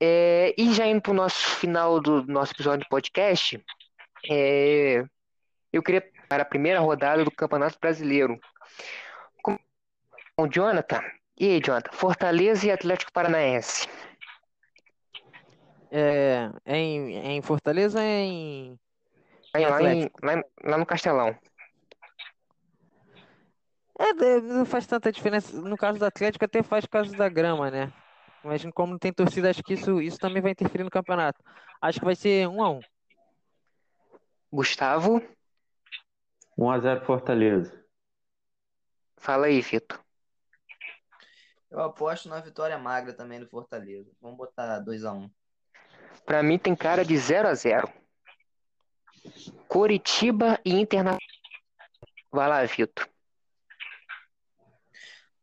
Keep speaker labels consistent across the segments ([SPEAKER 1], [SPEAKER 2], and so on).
[SPEAKER 1] É, e já indo para o nosso final do, do nosso episódio de podcast, é, eu queria para a primeira rodada do Campeonato Brasileiro. Com o Jonathan. E aí, Jonathan? Fortaleza e Atlético Paranaense.
[SPEAKER 2] É, é em, é em Fortaleza ou é em.
[SPEAKER 1] Aí, lá, em-
[SPEAKER 2] Atlético.
[SPEAKER 1] lá em- lá no Castelão.
[SPEAKER 2] É, de- não faz tanta diferença. No caso do Atlético, até faz por causa da grama, né? Mas como não tem torcida, acho que isso, isso também vai interferir no campeonato. Acho que vai ser um a um.
[SPEAKER 1] Gustavo,
[SPEAKER 3] 1x0 Fortaleza.
[SPEAKER 1] fala aí, Vitor.
[SPEAKER 4] Eu aposto na vitória magra também do Fortaleza. Vamos botar 2x1.
[SPEAKER 1] Para mim tem cara de 0 a 0 Coritiba e Internacional. Vai lá, Vitor.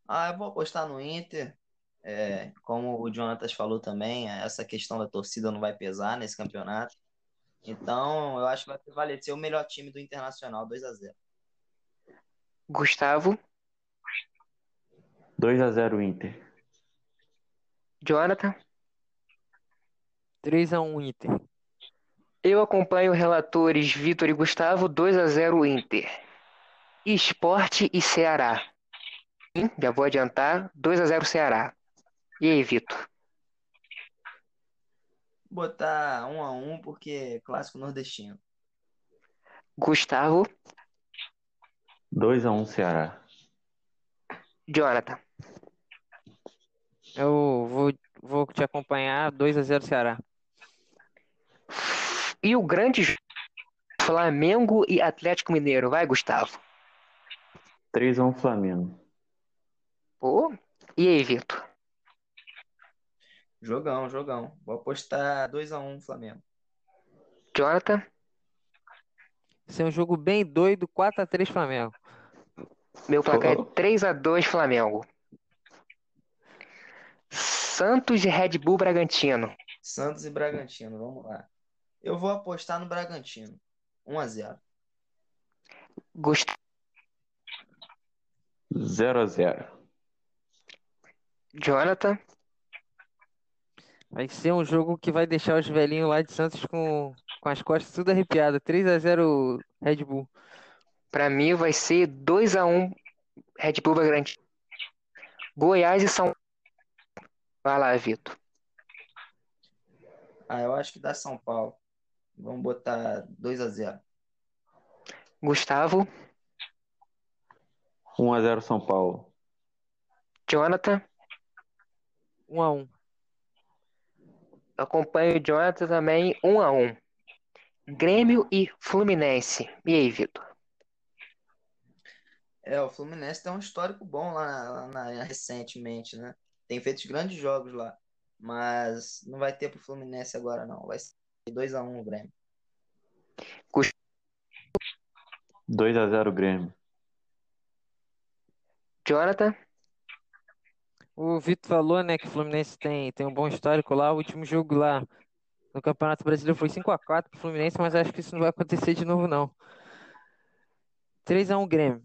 [SPEAKER 4] Ah, eu vou apostar no Inter. É, como o Jonatas falou também, é, essa questão da torcida não vai pesar nesse campeonato. Então, eu acho que vai prevalecer o melhor time do Internacional, 2x0.
[SPEAKER 1] Gustavo,
[SPEAKER 3] 2x0 Inter.
[SPEAKER 1] Jonathan.
[SPEAKER 2] 3 a 1 Inter.
[SPEAKER 1] Eu acompanho relatores Vitor e Gustavo, 2 a 0 Inter. Esporte e Ceará. Hum, Já vou adiantar, 2 a 0 Ceará. E aí, Vitor?
[SPEAKER 4] Botar 1x1 porque é clássico nordestino.
[SPEAKER 1] Gustavo,
[SPEAKER 3] 2x1 Ceará.
[SPEAKER 1] Jonathan.
[SPEAKER 2] Eu vou, vou te acompanhar 2 a 0 Ceará.
[SPEAKER 1] E o grande jogo, Flamengo e Atlético Mineiro. Vai, Gustavo.
[SPEAKER 3] 3x1 Flamengo.
[SPEAKER 1] Pô. E aí, Vitor?
[SPEAKER 4] Jogão, jogão. Vou apostar 2x1 Flamengo.
[SPEAKER 1] Jonathan,
[SPEAKER 2] Vai ser um jogo bem doido, 4 a 3 Flamengo.
[SPEAKER 1] meu placar
[SPEAKER 3] Pô.
[SPEAKER 1] é 3 a 2 Flamengo. Santos e Red Bull Bragantino.
[SPEAKER 4] Santos e Bragantino, vamos lá. Eu vou apostar no Bragantino. 1x0.
[SPEAKER 1] Gustavo,
[SPEAKER 3] 0x0.
[SPEAKER 1] Jonathan.
[SPEAKER 2] Vai ser um jogo que vai deixar os velhinhos lá de Santos com, com as costas tudo arrepiadas. 3 a 0 Red Bull.
[SPEAKER 1] Pra mim vai ser 2 a 1 Red Bull Bragantino. Goiás e São Vai lá, Vitor.
[SPEAKER 4] Ah, eu acho que dá São Paulo. Vamos botar 2x0.
[SPEAKER 1] Gustavo,
[SPEAKER 3] 1x0 São Paulo.
[SPEAKER 1] Jonathan.
[SPEAKER 2] 1 a 1.
[SPEAKER 1] Acompanho o Jonathan também, 1 a 1 Grêmio e Fluminense. E aí, Vitor?
[SPEAKER 4] É, o Fluminense tem um histórico bom lá, na- lá na- recentemente, né? Tem feito grandes jogos lá. Mas não vai ter pro Fluminense agora, não. Vai ser 2x1 o Grêmio.
[SPEAKER 3] 2x0 Grêmio.
[SPEAKER 1] Jonathan,
[SPEAKER 2] O Vitor falou, né, que o Fluminense tem, tem um bom histórico lá. O último jogo lá no Campeonato Brasileiro foi 5 a 4 pro Fluminense, mas acho que isso não vai acontecer de novo, não. 3 a 1 Grêmio.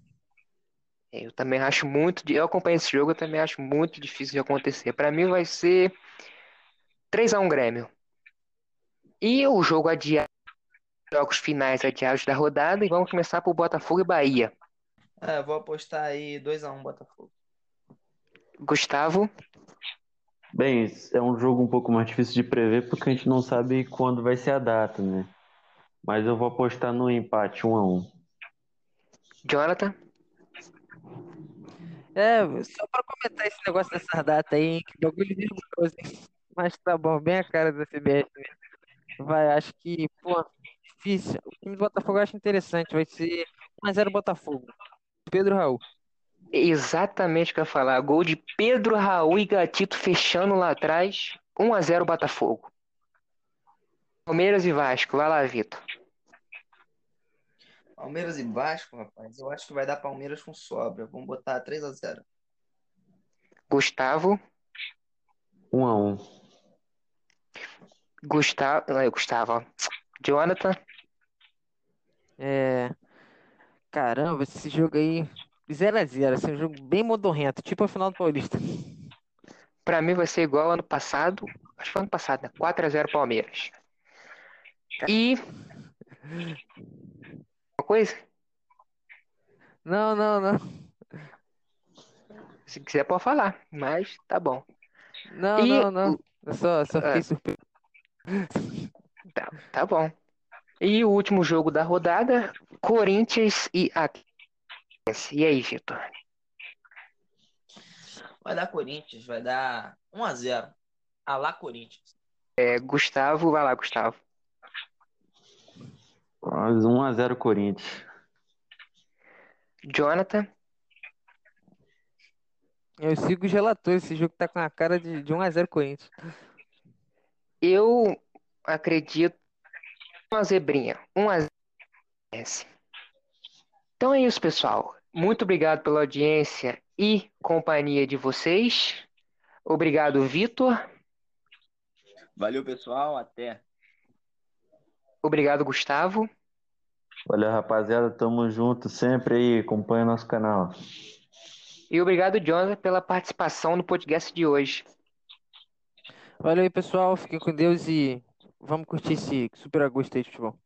[SPEAKER 1] É, eu também acho muito. di- Eu acompanho esse jogo, eu também acho muito difícil de acontecer. Pra mim vai ser 3 a 1 Grêmio. E o jogo adiado, jogos finais adiados da rodada, e vamos começar por Botafogo e Bahia.
[SPEAKER 4] É, eu vou apostar aí 2x1 Botafogo.
[SPEAKER 1] Gustavo,
[SPEAKER 3] Bem, é um jogo um pouco mais difícil de prever porque a gente não sabe quando vai ser a data, né? Mas eu vou apostar no empate 1x1.
[SPEAKER 1] Jonathan.
[SPEAKER 2] É, só pra comentar esse negócio dessas datas aí, hein, que bagulho nervoso, hein? Mas tá bom, bem a cara da CBF mesmo. né. Vai, acho que, pô, difícil. O time do Botafogo eu acho interessante, vai ser 1x0 Botafogo. Pedro Raul.
[SPEAKER 1] Exatamente o que eu ia falar. Gol de Pedro, Raul e Gatito fechando lá atrás. 1 a 0 Botafogo. Palmeiras e Vasco. Vai lá, Vitor.
[SPEAKER 4] Palmeiras e Vasco, rapaz. Eu acho que vai dar Palmeiras com sobra. Vamos botar 3x0.
[SPEAKER 1] Gustavo,
[SPEAKER 3] 1x1.
[SPEAKER 1] Gustavo, não é Gustavo, ó. Jonathan,
[SPEAKER 2] É. Caramba, esse jogo aí. 0x0, assim, um jogo bem modorrento, tipo a final do Paulista.
[SPEAKER 1] pra mim vai ser igual ao ano passado, Acho que foi ano passado, né? 4x0 Palmeiras. E. Uma coisa?
[SPEAKER 2] Não, não, não.
[SPEAKER 1] Se quiser, pode falar, mas tá bom.
[SPEAKER 2] Não,
[SPEAKER 1] E
[SPEAKER 2] não, não. Eu só, só
[SPEAKER 1] É.
[SPEAKER 2] fiquei surpreso.
[SPEAKER 1] Tá, tá bom. E o último jogo da rodada: Corinthians e Atlético. E aí, Vitor?
[SPEAKER 4] Vai dar Corinthians, vai dar 1x0. A lá Corinthians.
[SPEAKER 1] É, Gustavo, vai lá, Gustavo.
[SPEAKER 3] Mas 1x0 Corinthians.
[SPEAKER 1] Jonathan,
[SPEAKER 2] Eu sigo os relatores. Esse jogo tá com a cara de, de 1x0 Corinthians.
[SPEAKER 1] eu acredito uma zebrinha. 1x0. Então é isso, pessoal. Muito obrigado pela audiência e companhia de vocês. Obrigado, Vitor.
[SPEAKER 4] Valeu, pessoal. Até.
[SPEAKER 1] Obrigado, Gustavo.
[SPEAKER 3] Valeu, rapaziada. Tamo junto sempre aí. Acompanha nosso canal.
[SPEAKER 1] E obrigado, Jonathan, pela participação no podcast de hoje.
[SPEAKER 2] Valeu aí, pessoal. Fiquem com Deus e vamos curtir esse super agosto aí de futebol.